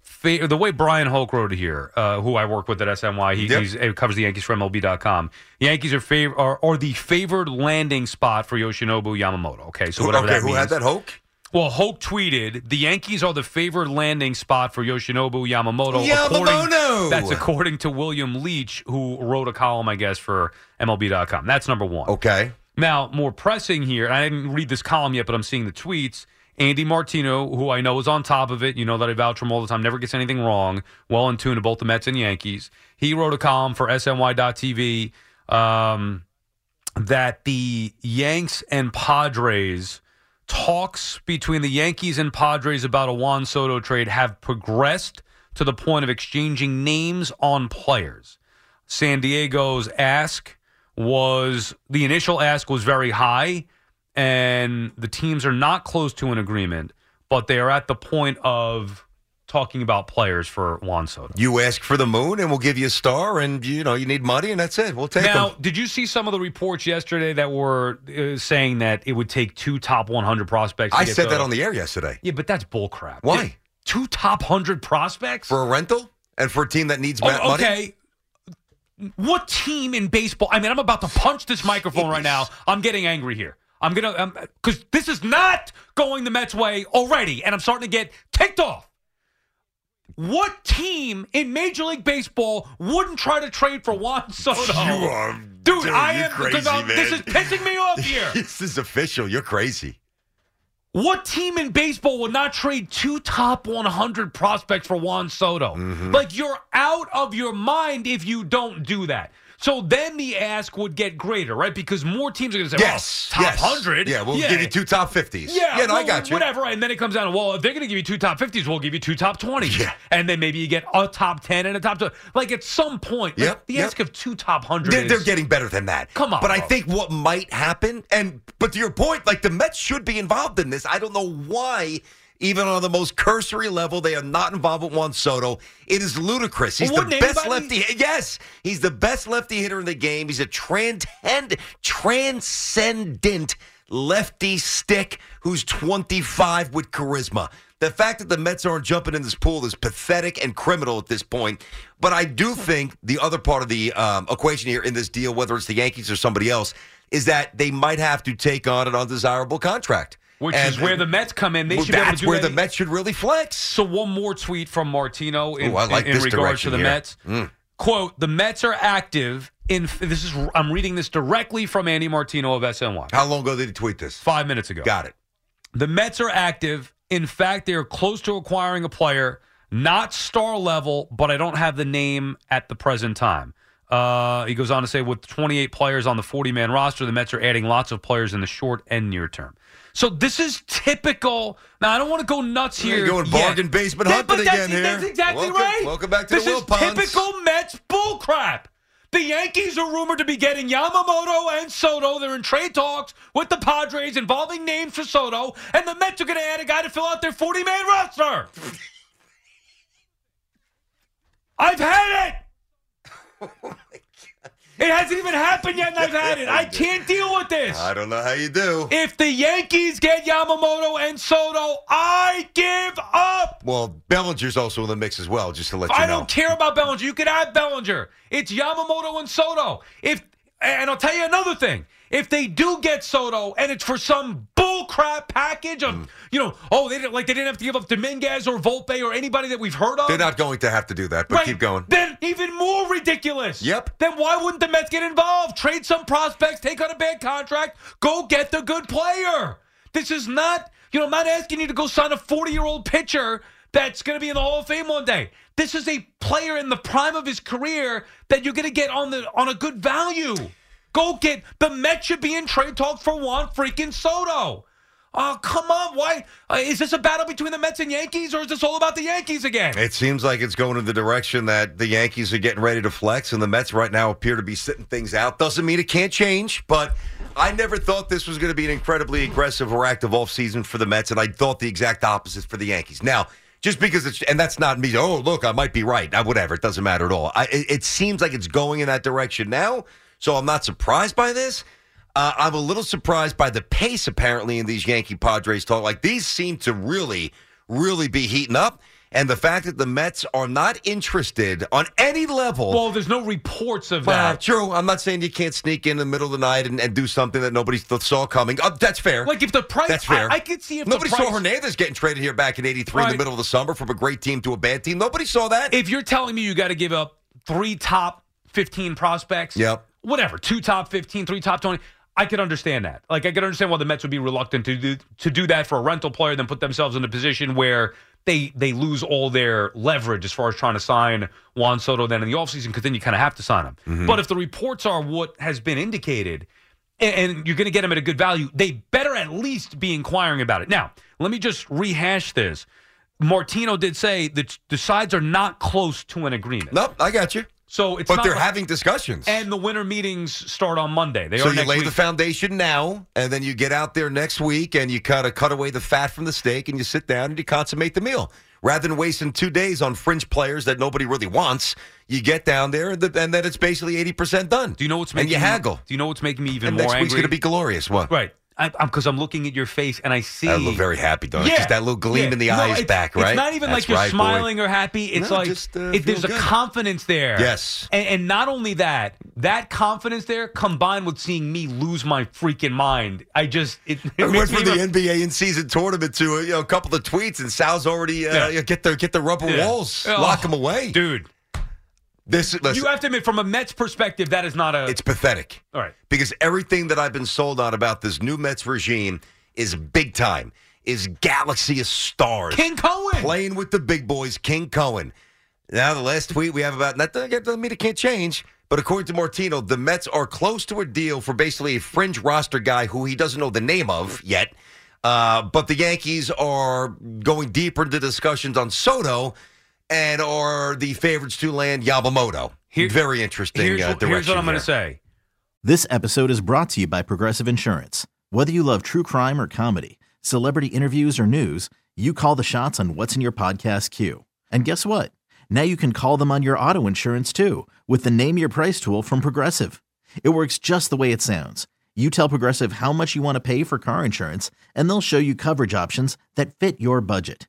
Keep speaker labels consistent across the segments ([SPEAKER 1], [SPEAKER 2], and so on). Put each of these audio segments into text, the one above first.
[SPEAKER 1] fa- the way Brian Hulk wrote it here, uh, who I work with at SNY. He
[SPEAKER 2] Yep.
[SPEAKER 1] he's, he covers the Yankees for MLB.com. Yankees are fav- are, are the favored landing spot for Yoshinobu Yamamoto. Okay, so
[SPEAKER 2] Who-
[SPEAKER 1] whatever
[SPEAKER 2] okay,
[SPEAKER 1] that
[SPEAKER 2] who
[SPEAKER 1] means.
[SPEAKER 2] had that Hulk?
[SPEAKER 1] Well, Hulk tweeted the Yankees are the favored landing spot for Yoshinobu Yamamoto.
[SPEAKER 2] Yamamoto!
[SPEAKER 1] According, that's according to William Leach, who wrote a column, I guess, for MLB.com. That's number one.
[SPEAKER 2] Okay.
[SPEAKER 1] Now, more pressing here, and I didn't read this column yet, but I'm seeing the tweets. Andy Martino, who I know is on top of it, you know that I vouch for him all the time, never gets anything wrong, well in tune to both the Mets and Yankees. He wrote a column for SNY.TV um, that the Yanks and Padres talks between the Yankees and Padres about a Juan Soto trade have progressed to the point of exchanging names on players. San Diego's ask was the initial ask was very high, and the teams are not close to an agreement, but they are at the point of talking about players for Juan Soto.
[SPEAKER 2] You ask for the moon, and we'll give you a star, and you know you need money, and that's it. We'll take
[SPEAKER 1] Now,
[SPEAKER 2] them.
[SPEAKER 1] did you see some of the reports yesterday that were uh, saying that it would take two top 100 prospects? to
[SPEAKER 2] I
[SPEAKER 1] get
[SPEAKER 2] said that
[SPEAKER 1] the-
[SPEAKER 2] on the air yesterday
[SPEAKER 1] Yeah, but that's bullcrap.
[SPEAKER 2] Why?
[SPEAKER 1] Yeah, Two top 100 prospects?
[SPEAKER 2] for a rental and for a team that needs ma-
[SPEAKER 1] Oh,
[SPEAKER 2] money.
[SPEAKER 1] okay. What team in baseball? I mean, I'm about to punch this microphone right now. I'm getting angry here. I'm gonna because this is not going the Mets way already, and I'm starting to get ticked off. What team in Major League Baseball wouldn't try to trade for Juan Soto?
[SPEAKER 2] You are-
[SPEAKER 1] dude.
[SPEAKER 2] dude,
[SPEAKER 1] I
[SPEAKER 2] you're
[SPEAKER 1] am because
[SPEAKER 2] crazy,
[SPEAKER 1] I'm- this
[SPEAKER 2] man.
[SPEAKER 1] is pissing me off here.
[SPEAKER 2] This is official. You're crazy.
[SPEAKER 1] What team in baseball would not trade two top 100 prospects for Juan Soto?
[SPEAKER 2] Mm-hmm.
[SPEAKER 1] Like, you're out of your mind if you don't do that. So then the ask would get greater, right? Because more teams are going to say,
[SPEAKER 2] yes.
[SPEAKER 1] well, Oh, top
[SPEAKER 2] yes.
[SPEAKER 1] 100.
[SPEAKER 2] Yeah, we'll give you two top fifties.
[SPEAKER 1] Yeah,
[SPEAKER 2] Yeah, no, I
[SPEAKER 1] well,
[SPEAKER 2] got you.
[SPEAKER 1] Whatever. And then it comes down to, well, if they're going to give you two top 50s, we'll give you two top 20s.
[SPEAKER 2] Yeah.
[SPEAKER 1] And then maybe you get a top 10 and a top 20. Like, at some point, like,
[SPEAKER 2] Yep,
[SPEAKER 1] the
[SPEAKER 2] yep.
[SPEAKER 1] ask of two top 100s.
[SPEAKER 2] They're, they're getting better than that.
[SPEAKER 1] Come on,
[SPEAKER 2] But I
[SPEAKER 1] bro.
[SPEAKER 2] think what might happen, and but to your point, like the Mets should be involved in this. I don't know why, even on the most cursory level, they are not involved with Juan Soto. It is ludicrous. He's
[SPEAKER 1] Well,
[SPEAKER 2] the
[SPEAKER 1] wouldn't
[SPEAKER 2] best
[SPEAKER 1] anybody-
[SPEAKER 2] lefty. Yes, he's the best lefty hitter in the game. He's a transcend, transcendent lefty stick who's 25 with charisma. The fact that the Mets aren't jumping in this pool is pathetic and criminal at this point. But I
[SPEAKER 1] Hmm.
[SPEAKER 2] do think the other part of the um, equation here in this deal, whether it's the Yankees or somebody else, is that they might have to take on an undesirable contract.
[SPEAKER 1] Which
[SPEAKER 2] And-
[SPEAKER 1] is where the Mets come in. They
[SPEAKER 2] Well,
[SPEAKER 1] should be able to
[SPEAKER 2] that's
[SPEAKER 1] do
[SPEAKER 2] where
[SPEAKER 1] that.
[SPEAKER 2] the Mets should really flex.
[SPEAKER 1] So one more tweet from Martino in,
[SPEAKER 2] Ooh, I like
[SPEAKER 1] in
[SPEAKER 2] this
[SPEAKER 1] regards to
[SPEAKER 2] direction
[SPEAKER 1] the
[SPEAKER 2] here. Mm.
[SPEAKER 1] Mets. Quote: The Mets are active in. This is I'm reading this directly from Andy Martino of SNY.
[SPEAKER 2] How long ago did he tweet this?
[SPEAKER 1] Five minutes ago.
[SPEAKER 2] Got it.
[SPEAKER 1] The Mets are active. In fact, they are close to acquiring a player Not star level, but I don't have the name at the present time. Uh, he goes on to say, with 28 players on the 40 man roster, the Mets are adding lots of players in the short and near term. So this is typical. Now I don't want to go nuts
[SPEAKER 2] You're
[SPEAKER 1] here.
[SPEAKER 2] going
[SPEAKER 1] yet.
[SPEAKER 2] bargain basement
[SPEAKER 1] Yeah,
[SPEAKER 2] hunting
[SPEAKER 1] but that's,
[SPEAKER 2] again here.
[SPEAKER 1] That's exactly
[SPEAKER 2] Welcome-
[SPEAKER 1] right.
[SPEAKER 2] welcome back to the
[SPEAKER 1] this is
[SPEAKER 2] Wilpons.
[SPEAKER 1] typical Mets bullcrap. The Yankees are rumored to be getting Yamamoto and Soto. They're in trade talks with the Padres involving names for Soto, and the Mets are going to add a guy to fill out their 40 man roster. I've had it. It hasn't even happened yet, and I've had it. I can't deal with this.
[SPEAKER 2] I don't know how you do.
[SPEAKER 1] If the Yankees get Yamamoto and Soto, I give up.
[SPEAKER 2] Well, Bellinger's also in the mix as well, just to let you
[SPEAKER 1] I
[SPEAKER 2] know.
[SPEAKER 1] don't care about Bellinger. You can have Bellinger. It's Yamamoto and Soto. If and I'll tell you another thing. If they do get Soto and it's for some bullcrap package
[SPEAKER 2] Mm.
[SPEAKER 1] of you know, oh, they didn't like they didn't have to give up Dominguez or Volpe or anybody that we've heard of.
[SPEAKER 2] They're not going to have to do that, but
[SPEAKER 1] Right.
[SPEAKER 2] keep going.
[SPEAKER 1] Then even more ridiculous.
[SPEAKER 2] Yep.
[SPEAKER 1] Then why wouldn't the Mets get involved? Trade some prospects, take on a bad contract, go get the good player. This is not, you know, I'm not asking you to go sign a 40 year old pitcher that's going to be in the Hall of Fame one day. This is a player in the prime of his career that you're going to get on the on a good value. Go get the Mets should be in trade talks for Juan freaking Soto. Oh come on! Why uh, is this a battle between the Mets and Yankees, or is this all about the Yankees again?
[SPEAKER 2] It seems like it's going in the direction that the Yankees are getting ready to flex, and the Mets right now appear to be sitting things out. Doesn't mean it can't change, but I never thought this was going to be an incredibly aggressive or active offseason for the Mets, and I thought the exact opposite for the Yankees. Now, just because it's, and that's not me, oh, look, I might be right. Uh, Whatever, it doesn't matter at all. I, it, it seems like it's going in that direction now, so I'm not surprised by this. Uh, I'm a little surprised by the pace apparently in these Yankee Padres talk. Like these seem to really, really be heating up, and the fact that the Mets are not interested on any level.
[SPEAKER 1] Well, there's no reports of
[SPEAKER 2] Well,
[SPEAKER 1] that.
[SPEAKER 2] true. I'm not saying you can't sneak in the middle of the night and, and do something that nobody th- saw coming. Uh, that's fair.
[SPEAKER 1] Like if the price,
[SPEAKER 2] that's fair.
[SPEAKER 1] I, I could see if
[SPEAKER 2] nobody
[SPEAKER 1] the price,
[SPEAKER 2] saw Hernandez getting traded here back in '83 in
[SPEAKER 1] Right.
[SPEAKER 2] the middle of the summer from a great team to a bad team. Nobody saw that.
[SPEAKER 1] If you're telling me you got to give up three top 15 prospects,
[SPEAKER 2] Yep.
[SPEAKER 1] whatever, two top 15, three top 20, I could understand that. Like I could understand why the Mets would be reluctant to do to do that for a rental player, then put themselves in a position where. They, they lose all their leverage as far as trying to sign Juan Soto then in the offseason because then you kind of have to sign him. But if the reports are what has been indicated, and, and you're going to get them at a good value, they better at least be inquiring about it. Now, let me just rehash this. Martino did say that the sides are not close to an agreement.
[SPEAKER 2] nope, I got you.
[SPEAKER 1] So it's
[SPEAKER 2] But
[SPEAKER 1] not
[SPEAKER 2] they're
[SPEAKER 1] like-
[SPEAKER 2] having discussions.
[SPEAKER 1] and the winter meetings start on Monday. They
[SPEAKER 2] So
[SPEAKER 1] are
[SPEAKER 2] you
[SPEAKER 1] next
[SPEAKER 2] lay
[SPEAKER 1] week.
[SPEAKER 2] the foundation now, and then you get out there next week, and you kind of cut away the fat from the steak, and you sit down and you consummate the meal. Rather than wasting two days on fringe players that nobody really wants, you get down there, and, the, and then it's basically eighty percent done.
[SPEAKER 1] do you know what's making
[SPEAKER 2] and you
[SPEAKER 1] me-
[SPEAKER 2] haggle?
[SPEAKER 1] Do you know what's making me even
[SPEAKER 2] and
[SPEAKER 1] more
[SPEAKER 2] next week's
[SPEAKER 1] angry?
[SPEAKER 2] going to be glorious. What?
[SPEAKER 1] right. I, I'm because I'm looking at your face and I see.
[SPEAKER 2] I look very happy, though.
[SPEAKER 1] Yeah,
[SPEAKER 2] Just that little gleam
[SPEAKER 1] yeah.
[SPEAKER 2] in the
[SPEAKER 1] No,
[SPEAKER 2] eyes
[SPEAKER 1] it's-
[SPEAKER 2] back, right?
[SPEAKER 1] It's not even
[SPEAKER 2] That's
[SPEAKER 1] like you're
[SPEAKER 2] right, boy.
[SPEAKER 1] smiling or happy. It's
[SPEAKER 2] No,
[SPEAKER 1] like
[SPEAKER 2] just, uh,
[SPEAKER 1] it, there's
[SPEAKER 2] feel
[SPEAKER 1] a
[SPEAKER 2] good.
[SPEAKER 1] confidence there.
[SPEAKER 2] Yes.
[SPEAKER 1] and, and not only that, that confidence there combined with seeing me lose my freaking mind. I just it, it
[SPEAKER 2] I went
[SPEAKER 1] makes me
[SPEAKER 2] from the
[SPEAKER 1] even-
[SPEAKER 2] NBA in season tournament to uh, you know, a couple of tweets, and Sal's already uh,
[SPEAKER 1] Yeah.
[SPEAKER 2] get the get the rubber
[SPEAKER 1] Yeah.
[SPEAKER 2] walls,
[SPEAKER 1] Oh,
[SPEAKER 2] lock them away.
[SPEAKER 1] dude.
[SPEAKER 2] This listen,
[SPEAKER 1] You have to admit, from a Mets perspective, that is not a.
[SPEAKER 2] it's pathetic.
[SPEAKER 1] all right.
[SPEAKER 2] because everything that I've been sold on about this new Mets regime is big time, is galaxy of stars,
[SPEAKER 1] King Cohen.
[SPEAKER 2] playing with the big boys, King Cohen. Now the last tweet we have about not that that doesn't mean it can't change, but according to Martino, the Mets are close to a deal for basically a fringe roster guy who he doesn't know the name of yet. Uh, but the Yankees are going deeper into discussions on Soto and are the favorites to land Yamamoto.
[SPEAKER 1] Here-
[SPEAKER 2] Very interesting
[SPEAKER 1] here's,
[SPEAKER 2] uh,
[SPEAKER 1] what-
[SPEAKER 2] direction.
[SPEAKER 1] here's what I'm going
[SPEAKER 2] here.
[SPEAKER 1] to say.
[SPEAKER 3] This episode is brought to you by Progressive Insurance. Whether you love true crime or comedy, celebrity interviews or news, you call the shots on what's in your podcast queue. And guess what? Now you can call them on your auto insurance too with the Name Your Price tool from Progressive. It works just the way it sounds. You tell Progressive how much you want to pay for car insurance, and they'll show you coverage options that fit your budget.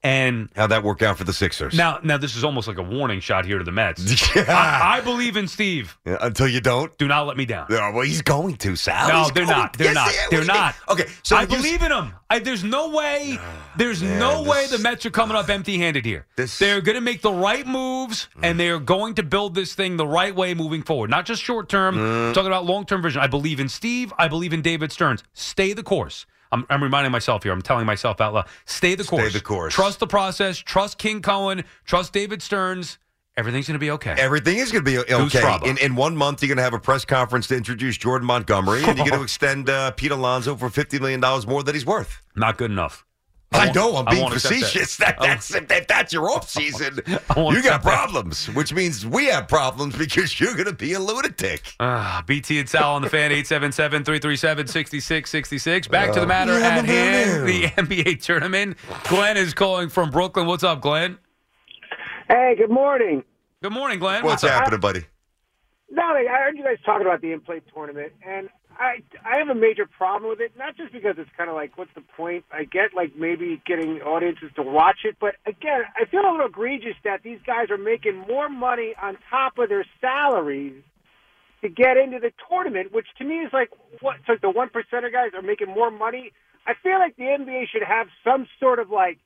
[SPEAKER 1] And
[SPEAKER 2] How'd that work out for the Sixers?
[SPEAKER 1] now, now this is almost like a warning shot here to the Mets.
[SPEAKER 2] Yeah.
[SPEAKER 1] I, I believe in Steve.
[SPEAKER 2] Yeah, Until you don't.
[SPEAKER 1] Do not let me down.
[SPEAKER 2] Yeah, well, he's going to, Sal.
[SPEAKER 1] No,
[SPEAKER 2] He's
[SPEAKER 1] they're
[SPEAKER 2] going
[SPEAKER 1] not.
[SPEAKER 2] to.
[SPEAKER 1] They're
[SPEAKER 2] Yes,
[SPEAKER 1] not.
[SPEAKER 2] yeah, what
[SPEAKER 1] They're
[SPEAKER 2] do you mean?
[SPEAKER 1] not.
[SPEAKER 2] Okay, so
[SPEAKER 1] I
[SPEAKER 2] you s-
[SPEAKER 1] believe in them. I, there's no way. There's
[SPEAKER 2] man,
[SPEAKER 1] no way
[SPEAKER 2] this-
[SPEAKER 1] the Mets are coming up empty-handed here.
[SPEAKER 2] This- Mm.
[SPEAKER 1] they're going to make the right moves, and they are going to build this thing the right way moving forward. Not just short term.
[SPEAKER 2] Mm.
[SPEAKER 1] Talking about long-term vision. I believe in Steve. I believe in David Stearns. Stay the course. I'm, I'm reminding myself here. I'm telling myself out loud. Stay the
[SPEAKER 2] Stay
[SPEAKER 1] course.
[SPEAKER 2] the course.
[SPEAKER 1] Trust the process. Trust King Cohen. Trust David Stearns. Everything's going to be okay.
[SPEAKER 2] Everything is going to be
[SPEAKER 1] Goose
[SPEAKER 2] okay.
[SPEAKER 1] Fraba.
[SPEAKER 2] In, in one month, you're going to have a press conference to introduce Jordan Montgomery, and you're going to extend uh, Pete Alonso for $50 million more than he's worth.
[SPEAKER 1] not good enough.
[SPEAKER 2] I,
[SPEAKER 1] won't-
[SPEAKER 2] know I'm
[SPEAKER 1] I
[SPEAKER 2] being
[SPEAKER 1] won't accept that.
[SPEAKER 2] facetious. That. that's if that, that's your off season.
[SPEAKER 1] I won't
[SPEAKER 2] you got
[SPEAKER 1] accept that.
[SPEAKER 2] problems, which means we have problems because you're going to be a lunatic.
[SPEAKER 1] Ah, BT and Sal on the fan, 877 337 6666. Back to the matter
[SPEAKER 2] Yeah,
[SPEAKER 1] at
[SPEAKER 2] no, no, no.
[SPEAKER 1] hand, the NBA tournament. Glenn is calling from Brooklyn. What's up, Glenn?
[SPEAKER 4] Hey, good morning.
[SPEAKER 1] Good morning, Glenn.
[SPEAKER 2] What's happening, buddy?
[SPEAKER 4] Nolly, I heard you guys talking about the in-play tournament, and I I have a major problem with it. Not just because it's kind of like, what's the point? I get like maybe getting audiences to watch it, but again, I feel a little egregious that these guys are making more money on top of their salaries to get into the tournament, which to me is like what? It's like the one percenter guys are making more money. I feel like the NBA should have some sort of like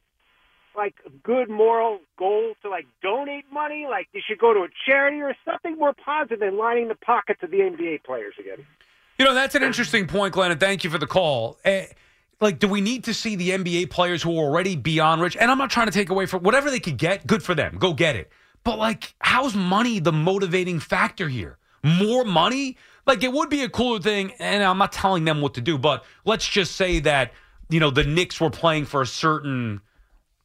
[SPEAKER 4] like a good moral goal to like donate money, like you should go to a charity or something more positive than lining the pockets of the NBA players again.
[SPEAKER 1] You know, that's an interesting point, Glenn, and thank you for the call. Eh, like, do we need to see the NBA players who are already beyond rich? And I'm not trying to take away from whatever they could get, good for them. Go get it. But, like, how's money the motivating factor here? More money? Like, it would be a cooler thing, and I'm not telling them what to do, but let's just say that, you know, the Knicks were playing for a certain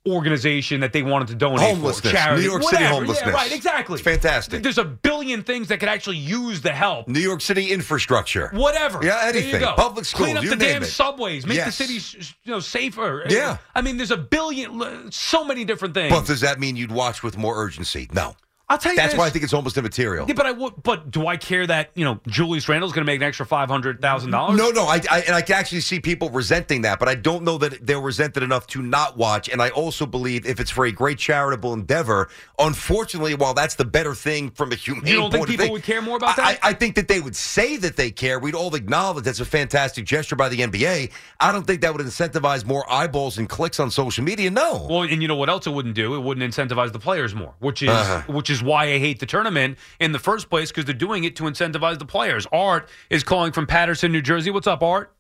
[SPEAKER 1] organization that they wanted to donate
[SPEAKER 2] Homelessness.
[SPEAKER 1] for. Charity,
[SPEAKER 2] New York City
[SPEAKER 1] whatever.
[SPEAKER 2] homelessness.
[SPEAKER 1] Yeah, right, exactly.
[SPEAKER 2] It's fantastic.
[SPEAKER 1] There's a billion things that could actually use the help
[SPEAKER 2] New York City infrastructure.
[SPEAKER 1] whatever.
[SPEAKER 2] Yeah,
[SPEAKER 1] There you
[SPEAKER 2] anything.
[SPEAKER 1] go.
[SPEAKER 2] Public
[SPEAKER 1] Clean
[SPEAKER 2] schools,
[SPEAKER 1] up
[SPEAKER 2] you
[SPEAKER 1] the
[SPEAKER 2] name
[SPEAKER 1] damn
[SPEAKER 2] it.
[SPEAKER 1] subways. Make
[SPEAKER 2] Yes.
[SPEAKER 1] the cities you know safer.
[SPEAKER 2] Yeah.
[SPEAKER 1] I mean, there's a billion, so many different things.
[SPEAKER 2] But does that mean you'd watch with more urgency? No.
[SPEAKER 1] I'll tell you
[SPEAKER 2] That's
[SPEAKER 1] this.
[SPEAKER 2] why I think it's almost immaterial.
[SPEAKER 1] Yeah, but I would. But do I care that you know Julius Randle's going to make an extra five hundred thousand dollars?
[SPEAKER 2] No, no, I, I and I can actually see people resenting that, but I don't know that they're resented enough to not watch. And I also believe if it's for a great charitable endeavor, unfortunately, while that's the better thing from a human,
[SPEAKER 1] You don't think
[SPEAKER 2] point of
[SPEAKER 1] people
[SPEAKER 2] view-
[SPEAKER 1] would care more about
[SPEAKER 2] I-
[SPEAKER 1] that?
[SPEAKER 2] I, I think that they would say that they care. We'd all acknowledge that's a fantastic gesture by the NBA. I don't think that would incentivize more eyeballs and clicks on social media. No,
[SPEAKER 1] Well, and you know what else it wouldn't do? It wouldn't incentivize the players more, which is
[SPEAKER 2] Uh-huh.
[SPEAKER 1] which is why I hate the tournament in the first place because they're doing it to incentivize the players. Art is calling from Patterson, New Jersey. What's up, Art?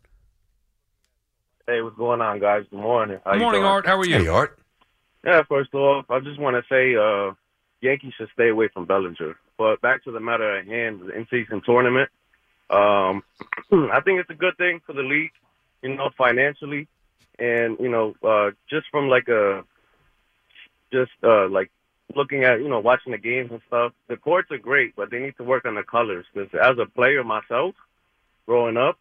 [SPEAKER 4] Hey, what's going on, guys? Good morning. How
[SPEAKER 1] Good
[SPEAKER 4] you
[SPEAKER 1] morning,
[SPEAKER 4] doing?
[SPEAKER 1] Art. How are you?
[SPEAKER 2] hey Art,
[SPEAKER 4] Yeah, first off, I just want to say uh, Yankees should stay away from Bellinger. But back to the matter at hand, the in-season tournament. Um, I think it's a good thing for the league, you know, financially, and you know, uh, just from like a, just uh, like looking at you know watching the games and stuff. The courts are great, but they need to work on the colors. Because as a player myself, growing up,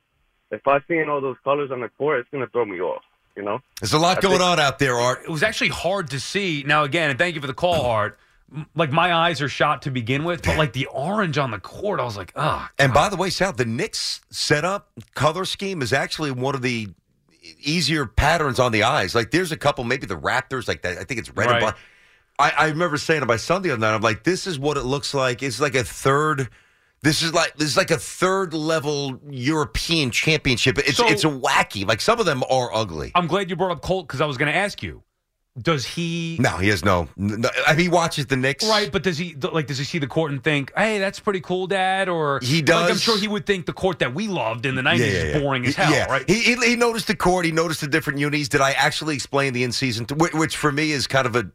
[SPEAKER 4] if I seen all those colors on the court, it's gonna throw me off. You know.
[SPEAKER 2] there's a lot
[SPEAKER 4] I
[SPEAKER 2] going
[SPEAKER 4] think-
[SPEAKER 2] on out there, Art.
[SPEAKER 1] it was actually hard to see. Now again, and thank you for the call, Art. M- Like my eyes are shot to begin with, but like the orange on the court, I was like, ah.
[SPEAKER 2] And by the way, Sal, the Knicks setup color scheme is actually one of the easier patterns on the eyes. Like there's a couple, maybe the Raptors, like that. I think it's red and
[SPEAKER 1] Right.
[SPEAKER 2] black. I, I remember saying to my son the other night, I'm like, this is what it looks like. It's like a third. This is like this is like a third level European championship. It's
[SPEAKER 1] So- Uh,
[SPEAKER 2] it's wacky. Like some of them are ugly.
[SPEAKER 1] I'm glad you brought up Colt because I was going to ask you, does he?
[SPEAKER 2] No, he has no. no I mean, he watches the Knicks.
[SPEAKER 1] Right, but does he like? Does he see the court and think, "Hey, that's pretty cool, Dad"? Or
[SPEAKER 2] He
[SPEAKER 1] Like, I'm
[SPEAKER 2] does.
[SPEAKER 1] sure he would think the court that we loved in the '90s is boring as hell,
[SPEAKER 2] Yeah.
[SPEAKER 1] right?
[SPEAKER 2] He, he, he noticed the court. He noticed the different unis. Did I actually explain the in season, which, which for me is kind of a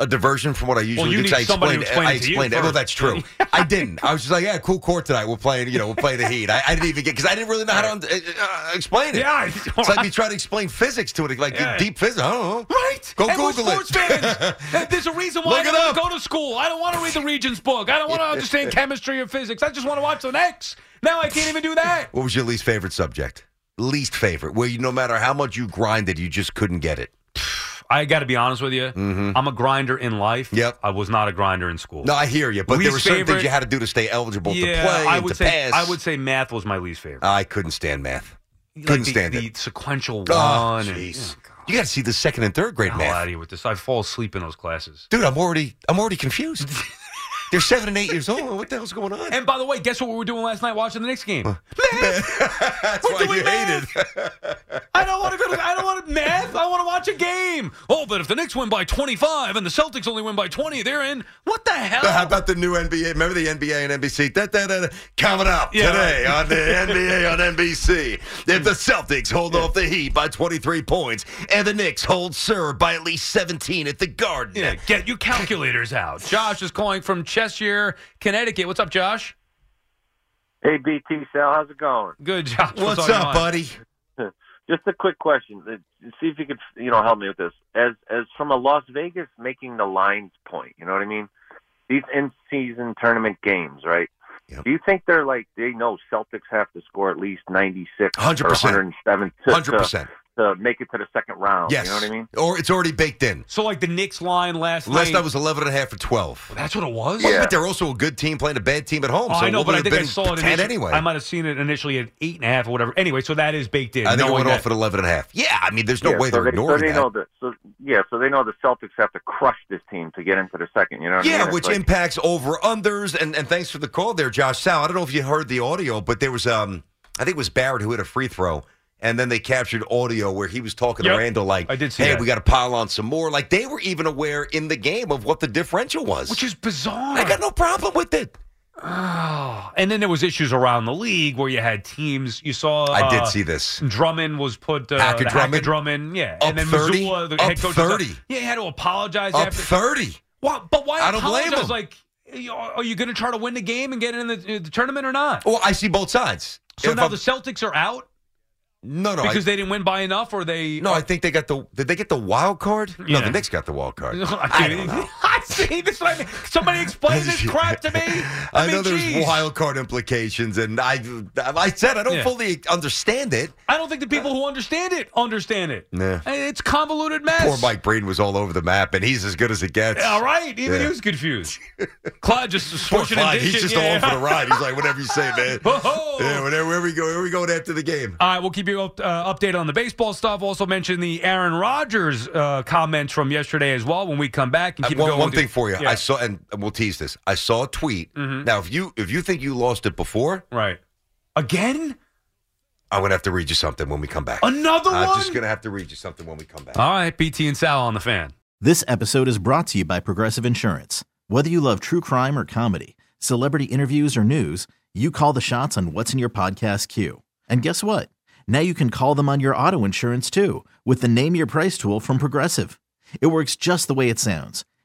[SPEAKER 2] a diversion from what I usually
[SPEAKER 1] you
[SPEAKER 2] do. 'cause
[SPEAKER 1] need
[SPEAKER 2] I
[SPEAKER 1] somebody to
[SPEAKER 2] explained,
[SPEAKER 1] explain
[SPEAKER 2] I
[SPEAKER 1] it to you
[SPEAKER 2] explained. well,
[SPEAKER 1] first.
[SPEAKER 2] that's true. I didn't. I was just like, yeah, cool court tonight. We're playing. You know, we're playing the Heat. I, I didn't even get because I didn't really know how to uh, uh, explain it.
[SPEAKER 1] Yeah,
[SPEAKER 2] it's like me trying to explain physics to it, like
[SPEAKER 1] Yeah.
[SPEAKER 2] deep physics. I don't know.
[SPEAKER 1] Right.
[SPEAKER 2] Go
[SPEAKER 1] and we're
[SPEAKER 2] Google it.
[SPEAKER 1] sports Fans. There's a reason why
[SPEAKER 2] Look
[SPEAKER 1] I
[SPEAKER 2] it
[SPEAKER 1] don't
[SPEAKER 2] up.
[SPEAKER 1] wanna go to school. I don't want to read the Regents book. I don't want to understand chemistry or physics. I just want to watch the Knicks. Now I can't even do that.
[SPEAKER 2] What was your least favorite subject? Least favorite, where you no matter how much you grinded, you just couldn't get it.
[SPEAKER 1] I got to be honest with you. I'm a grinder in life. Yep. I was not a grinder in school.
[SPEAKER 2] Mm-hmm. No, I hear you, but there
[SPEAKER 1] Least
[SPEAKER 2] were certain
[SPEAKER 1] favorite-
[SPEAKER 2] things you had to do to stay eligible
[SPEAKER 1] yeah,
[SPEAKER 2] to play
[SPEAKER 1] I
[SPEAKER 2] and
[SPEAKER 1] would
[SPEAKER 2] to
[SPEAKER 1] say
[SPEAKER 2] pass.
[SPEAKER 1] I would say math was my least favorite.
[SPEAKER 2] I couldn't stand math.
[SPEAKER 1] Like
[SPEAKER 2] Couldn't
[SPEAKER 1] the,
[SPEAKER 2] stand
[SPEAKER 1] the
[SPEAKER 2] it.
[SPEAKER 1] sequential one.
[SPEAKER 2] Oh,
[SPEAKER 1] and-
[SPEAKER 2] jeez. You got to see the second and third grade
[SPEAKER 1] Hell
[SPEAKER 2] math.
[SPEAKER 1] out of here with this. I fall asleep in those classes.
[SPEAKER 2] Dude, I'm already I'm already confused. They're seven and eight years old. What the hell's going on?
[SPEAKER 1] And by the way, guess what we were doing last night watching the Knicks game?
[SPEAKER 2] That's why you hated.
[SPEAKER 1] I don't want to go to. I don't want to math. I want to watch a game. Oh, but if the Knicks win by 25 and the Celtics only win by 20, they're in. What the
[SPEAKER 2] How
[SPEAKER 1] hell?
[SPEAKER 2] about the new NBA? Remember the NBA and NBC? Da, da, da, da. Coming up
[SPEAKER 1] Yeah,
[SPEAKER 2] today
[SPEAKER 1] right.
[SPEAKER 2] on the NBA on NBC. If the Celtics hold off the Heat by 23 points and the Knicks hold serve by at least 17 at the Garden.
[SPEAKER 1] Yeah, get your calculators out. Josh is calling from Cheshire, Connecticut. What's up, Josh?
[SPEAKER 5] Hey, BT Sal, how's it going?
[SPEAKER 1] Good, Josh.
[SPEAKER 5] What's
[SPEAKER 1] on your
[SPEAKER 5] up,
[SPEAKER 1] mind?
[SPEAKER 2] buddy?
[SPEAKER 5] Just a quick question. Uh, See if you could, you know, help me with this. As as from a Las Vegas making the lines point, you know what I mean? These in season tournament games, right? Do you think they're like they know Celtics have to score at least ninety six, hundred
[SPEAKER 2] 100%.
[SPEAKER 5] hundred and seven, hundred
[SPEAKER 2] 100%.
[SPEAKER 5] to make it to the second round?
[SPEAKER 2] Yes.
[SPEAKER 5] uh, oh, you know what I mean.
[SPEAKER 2] Or it's already baked in.
[SPEAKER 1] So, like the Knicks line last,
[SPEAKER 2] Last
[SPEAKER 1] night.
[SPEAKER 2] night was 11 and a half for 12.
[SPEAKER 1] That's what it was.
[SPEAKER 2] Well, But they're also a good team playing a bad team at home.
[SPEAKER 1] Oh,
[SPEAKER 2] so
[SPEAKER 1] I know,
[SPEAKER 2] what
[SPEAKER 1] but
[SPEAKER 2] would
[SPEAKER 1] I
[SPEAKER 2] have
[SPEAKER 1] think I
[SPEAKER 2] been
[SPEAKER 1] saw it
[SPEAKER 2] 10
[SPEAKER 1] initially.
[SPEAKER 2] anyway.
[SPEAKER 1] I might have seen it initially at eight and a half or whatever. Anyway, so that is baked in.
[SPEAKER 2] I think it
[SPEAKER 1] knowing
[SPEAKER 2] went
[SPEAKER 1] that.
[SPEAKER 2] off at 11 and a half. Yeah, I mean, there's no
[SPEAKER 5] Yeah,
[SPEAKER 2] way
[SPEAKER 5] so
[SPEAKER 2] they're
[SPEAKER 5] they, so
[SPEAKER 2] ignoring
[SPEAKER 5] they
[SPEAKER 2] that.
[SPEAKER 5] know that. So yeah, so they know the Celtics have to crush this team to get into the second. You know? What I mean?
[SPEAKER 2] Yeah,
[SPEAKER 5] It's
[SPEAKER 2] which
[SPEAKER 5] like-
[SPEAKER 2] impacts over unders. And, and thanks for the call there, Josh. Sal, I don't know if you heard the audio, but there was, um, I think it was Barrett who hit a free throw. And then they captured audio where he was talking
[SPEAKER 1] Yep.
[SPEAKER 2] to Randall, like,
[SPEAKER 1] I did see
[SPEAKER 2] hey,
[SPEAKER 1] that.
[SPEAKER 2] we got to pile on some more. Like, they were even aware in the game of what the differential was.
[SPEAKER 1] which is bizarre.
[SPEAKER 2] I got no problem with it.
[SPEAKER 1] Oh, and then there was issues around the league where you had teams. You saw.
[SPEAKER 2] I did
[SPEAKER 1] uh,
[SPEAKER 2] see this.
[SPEAKER 1] Drummond was put. Uh,
[SPEAKER 2] Hacker
[SPEAKER 1] the
[SPEAKER 2] Drummond?
[SPEAKER 1] Drummond, yeah.
[SPEAKER 2] Up
[SPEAKER 1] and then
[SPEAKER 2] 30?
[SPEAKER 1] Missoula, the
[SPEAKER 2] Up
[SPEAKER 1] head coach. was like-
[SPEAKER 2] 30?
[SPEAKER 1] Yeah, he had to apologize
[SPEAKER 2] Up
[SPEAKER 1] after.
[SPEAKER 2] 30.
[SPEAKER 1] Why, but why
[SPEAKER 2] I don't blame
[SPEAKER 1] apologize?
[SPEAKER 2] him.
[SPEAKER 1] Like, you- are you going to try to win the game and get in the, the tournament or not?
[SPEAKER 2] Well, I see both sides.
[SPEAKER 1] So
[SPEAKER 2] If
[SPEAKER 1] now
[SPEAKER 2] I'm-
[SPEAKER 1] the Celtics are out
[SPEAKER 2] no, no, I-
[SPEAKER 1] because they didn't win by enough, or they.
[SPEAKER 2] No, I think they got the. Did they get the wild card? No,
[SPEAKER 1] Yeah.
[SPEAKER 2] the Knicks got the wild card.
[SPEAKER 1] I,
[SPEAKER 2] I don't know.
[SPEAKER 1] see this. is what I mean. Somebody explain this crap to me.
[SPEAKER 2] I,
[SPEAKER 1] I
[SPEAKER 2] know
[SPEAKER 1] mean,
[SPEAKER 2] there's
[SPEAKER 1] geez.
[SPEAKER 2] wild card implications, and I, I said I don't
[SPEAKER 1] Yeah.
[SPEAKER 2] fully understand it.
[SPEAKER 1] I don't think the people who understand it understand it.
[SPEAKER 2] Nah.
[SPEAKER 1] It's convoluted mess.
[SPEAKER 2] Poor Mike Breen was all over the map, and he's as good as it gets.
[SPEAKER 1] All right, even
[SPEAKER 2] Yeah.
[SPEAKER 1] he was confused. Clyde just
[SPEAKER 2] Poor
[SPEAKER 1] switching and
[SPEAKER 2] Clyde,
[SPEAKER 1] dishing.
[SPEAKER 2] he's just
[SPEAKER 1] yeah.
[SPEAKER 2] along for the ride. He's like, whatever you say, man.
[SPEAKER 1] Ho-ho.
[SPEAKER 2] yeah, whatever. Where we go, where we going after the game?
[SPEAKER 1] All right, we'll keep you up, uh, updated on the baseball stuff. Also mention the Aaron Rodgers uh, comments from yesterday as well. When we come back and
[SPEAKER 2] Uh,
[SPEAKER 1] keep it
[SPEAKER 2] one,
[SPEAKER 1] going.
[SPEAKER 2] one
[SPEAKER 1] with
[SPEAKER 2] thing for you,
[SPEAKER 1] Yeah. Mm-hmm.
[SPEAKER 2] I saw, and we'll tease this. I saw a tweet. Now, if you if you think you lost it before,
[SPEAKER 1] right? Again,
[SPEAKER 2] I'm gonna have to read you something when we come back.
[SPEAKER 1] another
[SPEAKER 2] I'm
[SPEAKER 1] one.
[SPEAKER 2] just gonna have to read you something when we come back.
[SPEAKER 1] All right, BT and Sal on the fan.
[SPEAKER 3] This episode is brought to you by Progressive Insurance. Whether you love true crime or comedy, celebrity interviews or news, you call the shots on what's in your podcast queue. And guess what? Now you can call them on your auto insurance too with the Name Your Price tool from Progressive. It works just the way it sounds.